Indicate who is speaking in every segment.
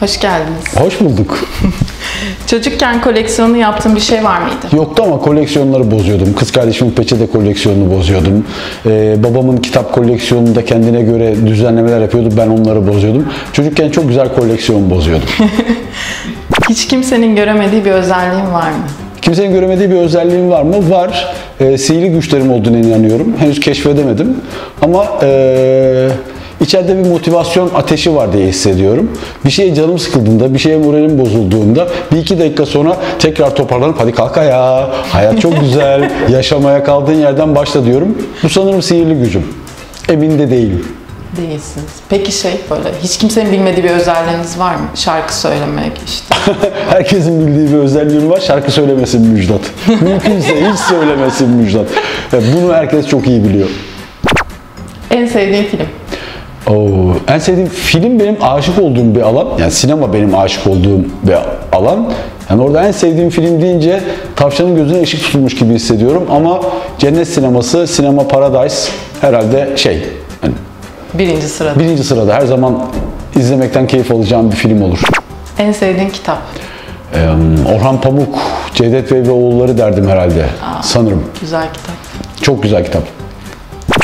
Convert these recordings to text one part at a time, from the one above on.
Speaker 1: Hoş geldiniz.
Speaker 2: Hoş bulduk.
Speaker 1: Çocukken koleksiyonu yaptığın bir şey var mıydı?
Speaker 2: Yoktu ama koleksiyonları bozuyordum. Kız kardeşimin peçete koleksiyonunu bozuyordum. Ee, babamın kitap koleksiyonunda kendine göre düzenlemeler yapıyordu. Ben onları bozuyordum. Çocukken çok güzel koleksiyon bozuyordum.
Speaker 1: Hiç kimsenin göremediği bir özelliğin var mı?
Speaker 2: Kimsenin göremediği bir özelliğim var mı? Var. Ee, sihirli güçlerim olduğuna inanıyorum. Henüz keşfedemedim. Ama ee, içeride bir motivasyon ateşi var diye hissediyorum. Bir şeye canım sıkıldığında, bir şeye moralim bozulduğunda bir iki dakika sonra tekrar toparlanıp hadi kalk ayağa, hayat çok güzel, yaşamaya kaldığın yerden başla diyorum. Bu sanırım sihirli gücüm. Emin de değilim.
Speaker 1: Değilsiniz. Peki şey böyle hiç kimsenin bilmediği bir özelliğiniz var mı? Şarkı söylemek işte.
Speaker 2: Herkesin bildiği bir özelliğim var. Şarkı söylemesin Müjdat. Mümkünse hiç söylemesin Müjdat. Yani Bunu herkes çok iyi biliyor.
Speaker 1: en sevdiğin film.
Speaker 2: Oo, en sevdiğim film benim aşık olduğum bir alan. Yani sinema benim aşık olduğum bir alan. Yani orada en sevdiğim film deyince tavşanın gözüne ışık tutulmuş gibi hissediyorum ama Cennet Sineması, Sinema Paradise herhalde şey hani
Speaker 1: Birinci sırada.
Speaker 2: birinci sırada her zaman izlemekten keyif alacağım bir film olur.
Speaker 1: En sevdiğin kitap.
Speaker 2: Ee, Orhan Pamuk, Cevdet Bey ve Oğulları derdim herhalde sanırım.
Speaker 1: Güzel kitap.
Speaker 2: Çok güzel kitap.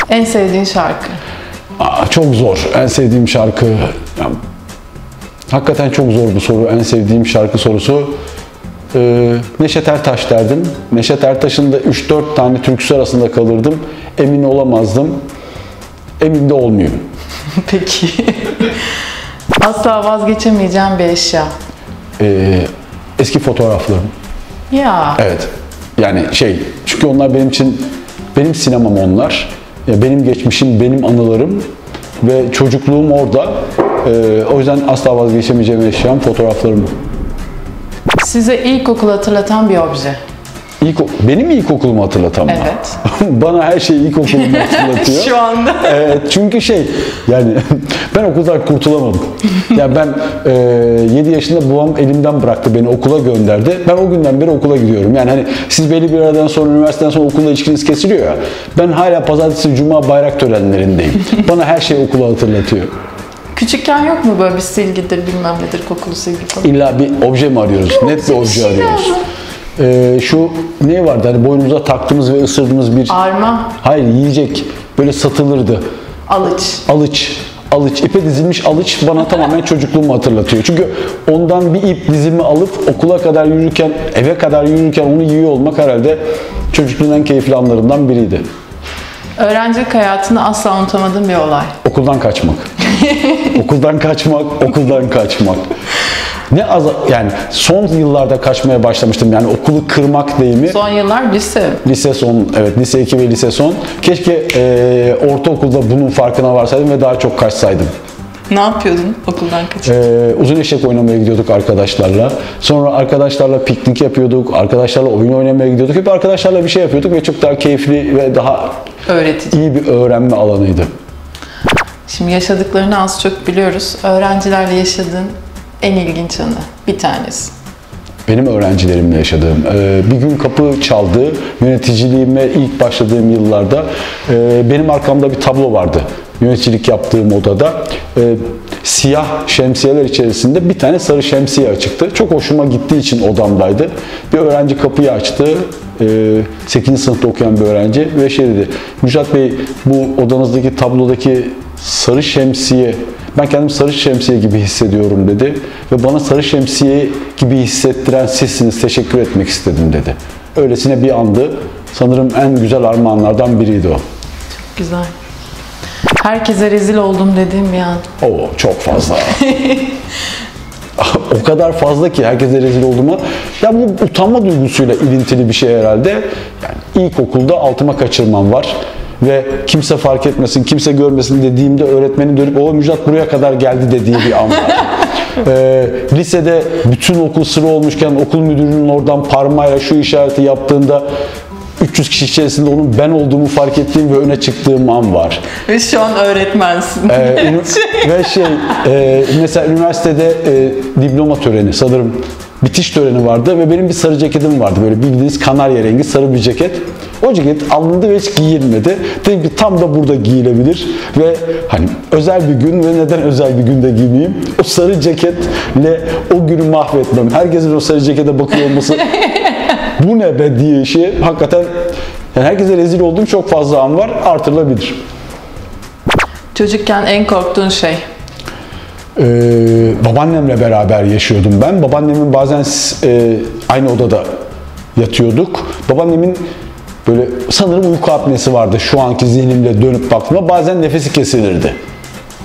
Speaker 1: En sevdiğin şarkı.
Speaker 2: Aa, çok zor. En sevdiğim şarkı. Ya, hakikaten çok zor bu soru. En sevdiğim şarkı sorusu. Ee, Neşet Ertaş derdim. Neşet Ertaş'ın da 3-4 tane türküsü arasında kalırdım. Emin olamazdım. Emin de olmuyorum.
Speaker 1: Peki. Asla vazgeçemeyeceğim bir eşya.
Speaker 2: Ee, eski fotoğraflarım.
Speaker 1: Ya.
Speaker 2: Evet. Yani şey, çünkü onlar benim için, benim sinemam onlar. E, Benim geçmişim, benim anılarım ve çocukluğum orada. E, o yüzden asla vazgeçemeyeceğim eşyam fotoğraflarım.
Speaker 1: Size ilkokul hatırlatan bir obje.
Speaker 2: İlk, benim ilkokulumu hatırlatan mı?
Speaker 1: Evet.
Speaker 2: Bana her şeyi ilkokulumu hatırlatıyor.
Speaker 1: Şu anda.
Speaker 2: Evet, çünkü şey yani ben okuldan kurtulamadım. Yani ben e, 7 yaşında babam elimden bıraktı beni okula gönderdi. Ben o günden beri okula gidiyorum. Yani hani siz belli bir aradan sonra üniversiteden sonra okulla ilişkiniz kesiliyor ya. Ben hala pazartesi cuma bayrak törenlerindeyim. Bana her şey okula hatırlatıyor.
Speaker 1: Küçükken yok mu böyle bir silgidir bilmem nedir kokulu silgi falan?
Speaker 2: İlla bir obje mi arıyoruz? Net bir
Speaker 1: bir
Speaker 2: obje
Speaker 1: şey
Speaker 2: arıyoruz.
Speaker 1: lazım.
Speaker 2: E, şu ne vardı hani boynumuza taktığımız ve ısırdığımız bir
Speaker 1: Arma,
Speaker 2: hayır yiyecek böyle satılırdı.
Speaker 1: alıç.
Speaker 2: alıç alıç ipe dizilmiş alıç bana tamamen çocukluğumu hatırlatıyor. Çünkü ondan bir ip dizimi alıp okula kadar yürürken, eve kadar yürürken onu yiyor olmak herhalde çocukluğun en keyifli anlarından biriydi.
Speaker 1: Öğrencilik hayatını asla unutamadığım bir olay.
Speaker 2: Okuldan kaçmak. okuldan kaçmak, okuldan kaçmak. Ne az yani son yıllarda kaçmaya başlamıştım. Yani okulu kırmak deyimi.
Speaker 1: Son yıllar lise.
Speaker 2: Lise son, evet lise 2 ve lise son. Keşke eee, ortaokulda bunun farkına varsaydım ve daha çok kaçsaydım.
Speaker 1: Ne yapıyordun okuldan kaçıp?
Speaker 2: Ee, uzun eşek oynamaya gidiyorduk arkadaşlarla. Sonra arkadaşlarla piknik yapıyorduk, arkadaşlarla oyun oynamaya gidiyorduk. Hep arkadaşlarla bir şey yapıyorduk ve çok daha keyifli ve daha
Speaker 1: Öğretici.
Speaker 2: iyi bir öğrenme alanıydı.
Speaker 1: Şimdi yaşadıklarını az çok biliyoruz. Öğrencilerle yaşadığın en ilginç anı bir tanesi.
Speaker 2: Benim öğrencilerimle yaşadığım, e, bir gün kapı çaldı, yöneticiliğime ilk başladığım yıllarda e, benim arkamda bir tablo vardı. Yöneticilik yaptığım odada e, siyah şemsiyeler içerisinde bir tane sarı şemsiye açıktı. Çok hoşuma gittiği için odamdaydı. Bir öğrenci kapıyı açtı, e, 8. sınıfta okuyan bir öğrenci ve şey dedi, Müjdat Bey bu odanızdaki tablodaki sarı şemsiye ben kendimi sarı şemsiye gibi hissediyorum dedi ve bana sarı şemsiye gibi hissettiren sizsiniz teşekkür etmek istedim dedi. Öylesine bir andı. Sanırım en güzel armağanlardan biriydi o.
Speaker 1: Güzel. Herkese rezil oldum dediğim bir an.
Speaker 2: Oo çok fazla. o kadar fazla ki herkese rezil olduğuma. Ya bu utanma duygusuyla ilintili bir şey herhalde. Yani ilkokulda altıma kaçırmam var ve kimse fark etmesin, kimse görmesin dediğimde öğretmenin dönüp o Müjdat buraya kadar geldi dediği bir an var. Ee, lisede bütün okul sıra olmuşken okul müdürünün oradan parmağıyla şu işareti yaptığında 300 kişi içerisinde onun ben olduğumu fark ettiğim ve öne çıktığım an var.
Speaker 1: Ve şu an öğretmensin.
Speaker 2: Ee, ünü- ve şey e, mesela üniversitede e, diploma töreni sanırım bitiş töreni vardı ve benim bir sarı ceketim vardı böyle bildiğiniz kanarya rengi sarı bir ceket O ceket alındı ve hiç giyilmedi. Dedim ki tam da burada giyilebilir ve hani özel bir gün ve neden özel bir günde giymeyeyim? O sarı ceketle o günü mahvetmem. Herkesin o sarı cekete bakıyor olması bu ne be diye işi hakikaten yani herkese rezil olduğum çok fazla an var artırılabilir.
Speaker 1: Çocukken en korktuğun şey?
Speaker 2: Ee, babaannemle beraber yaşıyordum ben. Babaannemin bazen e, aynı odada yatıyorduk. Babaannemin böyle sanırım uyku apnesi vardı şu anki zihnimle dönüp baktığımda. Bazen nefesi kesilirdi.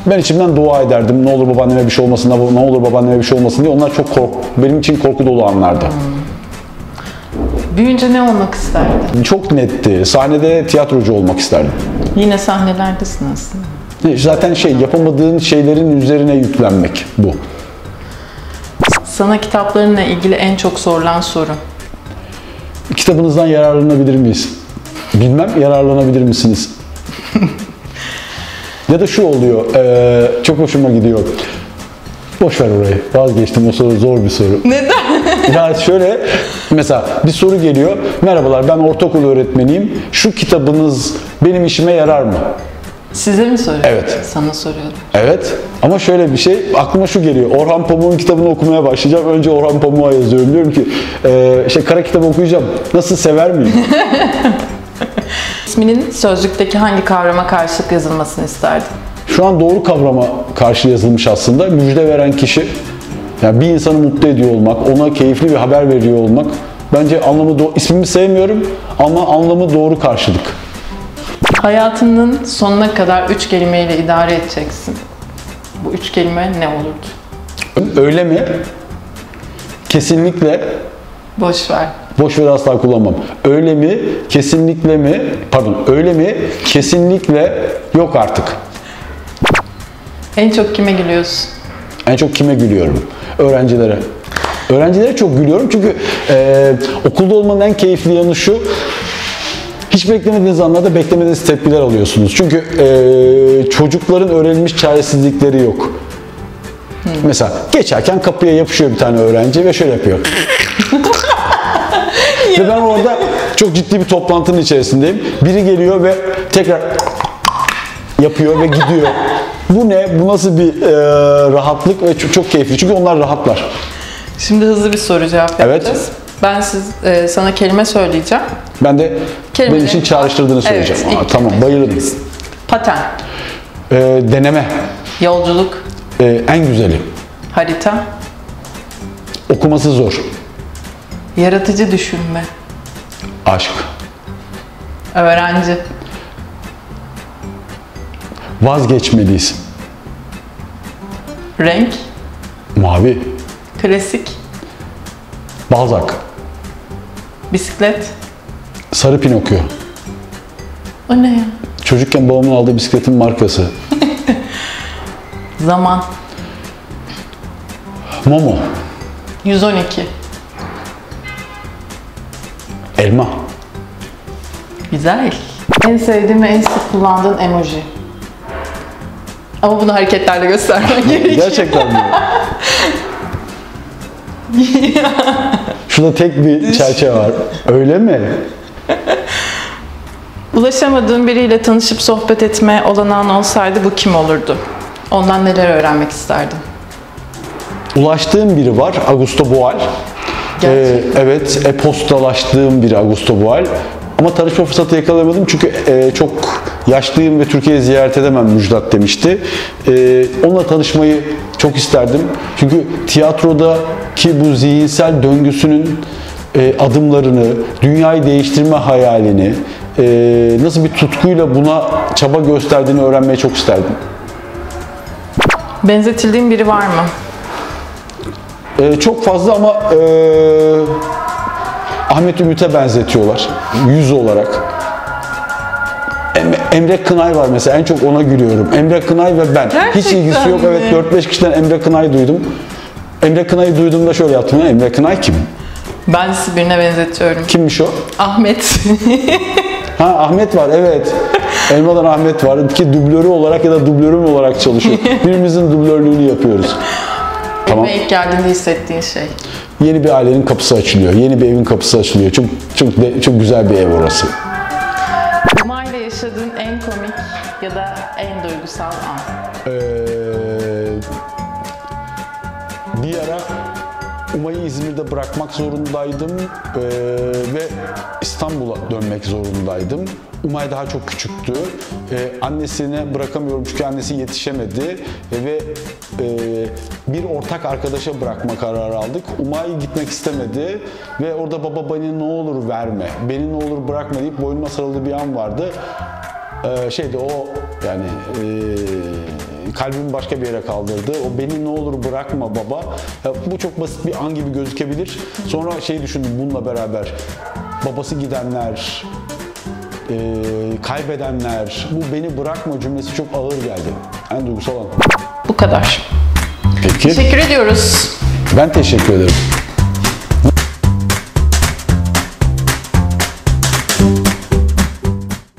Speaker 2: Ben içimden dua ederdim. Ne olur babaanneme bir şey olmasın, ne olur babaanneme bir şey olmasın diye. Onlar çok kork, benim için korku dolu anlardı.
Speaker 1: Büyünce ne olmak isterdin?
Speaker 2: Çok netti. Sahnede tiyatrocu olmak isterdim.
Speaker 1: Yine sahnelerdesin aslında.
Speaker 2: Zaten şey yapamadığın şeylerin üzerine yüklenmek bu.
Speaker 1: Sana kitaplarınla ilgili en çok sorulan soru.
Speaker 2: Kitabınızdan yararlanabilir miyiz? Bilmem yararlanabilir misiniz? ya da şu oluyor, eee, çok hoşuma gidiyor. Boş ver orayı. Vazgeçtim. O soru zor bir soru.
Speaker 1: Neden?
Speaker 2: ya şöyle mesela bir soru geliyor. Merhabalar ben ortaokul öğretmeniyim. Şu kitabınız benim işime yarar mı?
Speaker 1: Size mi soruyor?
Speaker 2: Evet.
Speaker 1: Sana soruyorum.
Speaker 2: Evet ama şöyle bir şey aklıma şu geliyor. Orhan Pamuk'un kitabını okumaya başlayacağım. Önce Orhan Pamuk'a yazıyorum. Diyorum ki eee işte kara kitabı okuyacağım. Nasıl sever miyim?
Speaker 1: İsminin sözlükteki hangi kavrama karşılık yazılmasını isterdin?
Speaker 2: Şu an doğru kavrama karşı yazılmış aslında. Müjde veren kişi, yani bir insanı mutlu ediyor olmak, ona keyifli bir haber veriyor olmak. Bence anlamı do- ismimi sevmiyorum ama anlamı doğru karşılık.
Speaker 1: Hayatının sonuna kadar üç kelimeyle idare edeceksin. Bu üç kelime ne olurdu?
Speaker 2: Öyle mi? Kesinlikle
Speaker 1: Boş ver.
Speaker 2: boş ver asla kullanmam. Öyle mi? Kesinlikle mi? Pardon, öyle mi? Kesinlikle yok artık.
Speaker 1: En çok kime gülüyorsun?
Speaker 2: En çok kime gülüyorum? Öğrencilere. Öğrencilere çok gülüyorum çünkü e, okulda olmanın en keyifli yanı şu. Hiç beklemediğiniz anlarda beklemediğiniz tepkiler alıyorsunuz. Çünkü e, çocukların öğrenilmiş çaresizlikleri yok. Mesela geçerken kapıya yapışıyor bir tane öğrenci ve şöyle yapıyor. ve ben orada çok ciddi bir toplantının içerisindeyim. Biri geliyor ve tekrar yapıyor ve gidiyor. Bu ne? Bu nasıl bir e, rahatlık ve çok, çok keyifli. Çünkü onlar rahatlar.
Speaker 1: Şimdi hızlı bir soru cevap
Speaker 2: Evet.
Speaker 1: yapacağız. Ben siz, e, sana kelime söyleyeceğim.
Speaker 2: Ben de
Speaker 1: Kelimeleri-
Speaker 2: benim için çağrıştırdığını
Speaker 1: Evet,
Speaker 2: söyleyeceğim.
Speaker 1: ilk
Speaker 2: Aa, tamam,
Speaker 1: kelime.
Speaker 2: bayılırım.
Speaker 1: Paten,
Speaker 2: E, deneme
Speaker 1: yolculuk,
Speaker 2: e, en güzeli.
Speaker 1: harita,
Speaker 2: Okuması zor.
Speaker 1: yaratıcı düşünme,
Speaker 2: Aşk.
Speaker 1: öğrenci,
Speaker 2: Vazgeçmeliyiz.
Speaker 1: renk,
Speaker 2: Mavi.
Speaker 1: klasik,
Speaker 2: Balzak.
Speaker 1: bisiklet.
Speaker 2: Sarı Pinokyo.
Speaker 1: O ne ya?
Speaker 2: Çocukken babamın aldığı bisikletin markası.
Speaker 1: Zaman,
Speaker 2: Momo.
Speaker 1: 112.
Speaker 2: Elma.
Speaker 1: Güzel. En sevdiğim ve en sık kullandığın emoji. Ama bunu hareketlerle göstermen gerekiyor.
Speaker 2: Gerçekten mi? Şurada tek bir çerçeve var. Öyle mi?
Speaker 1: Ulaşamadığın biriyle tanışıp sohbet etme olanağın olsaydı bu kim olurdu? Ondan neler öğrenmek isterdin?
Speaker 2: Ulaştığım biri var, Augusto Boal. Ee,
Speaker 1: Gerçekten.
Speaker 2: evet, e-postalaştığım biri Augusto Boal. Ama tanışma fırsatı yakalayamadım çünkü e, çok yaşlıyım ve Türkiye'yi ziyaret edemem Müjdat demişti. E, onunla tanışmayı çok isterdim. Çünkü tiyatrodaki bu zihinsel döngüsünün e, adımlarını, dünyayı değiştirme hayalini, e, nasıl bir tutkuyla buna çaba gösterdiğini öğrenmeyi çok isterdim.
Speaker 1: Benzetildiğin biri var mı?
Speaker 2: Ee, çok fazla ama ee, Ahmet Ümit'e benzetiyorlar yüz olarak. Em- Emre Kınay var mesela en çok ona gülüyorum. Emre Kınay ve ben. Hiç
Speaker 1: Gerçekten
Speaker 2: ilgisi yok.
Speaker 1: mi?
Speaker 2: Evet 4-5 kişiden Emre Kınay duydum. Emre Kınay'ı duyduğumda şöyle yaptım. "Ya Emre Kınay kim?
Speaker 1: Ben sizi birine benzetiyorum.
Speaker 2: Kimmiş o?
Speaker 1: Ahmet.
Speaker 2: Ha Ahmet var evet. Elmadan Ahmet var ki dublörü olarak ya da dublörüm olarak çalışıyor. Birimizin dublörlüğünü yapıyoruz. Tamam.
Speaker 1: Ve ilk geldiğinde hissettiğin şey.
Speaker 2: Yeni bir ailenin kapısı açılıyor. Yeni bir evin kapısı açılıyor. Çok çok de- çok güzel bir ev orası.
Speaker 1: yaşadığın en komik ya da en duygusal an?
Speaker 2: Ee, bir ara Umay'ı İzmir'de bırakmak zorundaydım ee, ve İstanbul'a dönmek zorundaydım. Umay daha çok küçüktü. Ee, annesine bırakamıyorum çünkü annesi yetişemedi Ee, ve e, bir ortak arkadaşa bırakma kararı aldık. Umay gitmek istemedi ve orada baba beni ne olur verme, beni ne olur bırakma deyip boynuma sarıldığı bir an vardı. Ee, şeydi o yani e, kalbimi başka bir yere kaldırdı. O beni ne olur bırakma baba. Ya, bu çok basit bir an gibi gözükebilir. Sonra şey düşündüm bununla beraber babası gidenler, e, kaybedenler, bu beni bırakma cümlesi çok ağır geldi. En duygusal an.
Speaker 1: Bu kadar.
Speaker 2: Peki.
Speaker 1: Teşekkür ediyoruz.
Speaker 2: Ben teşekkür ederim.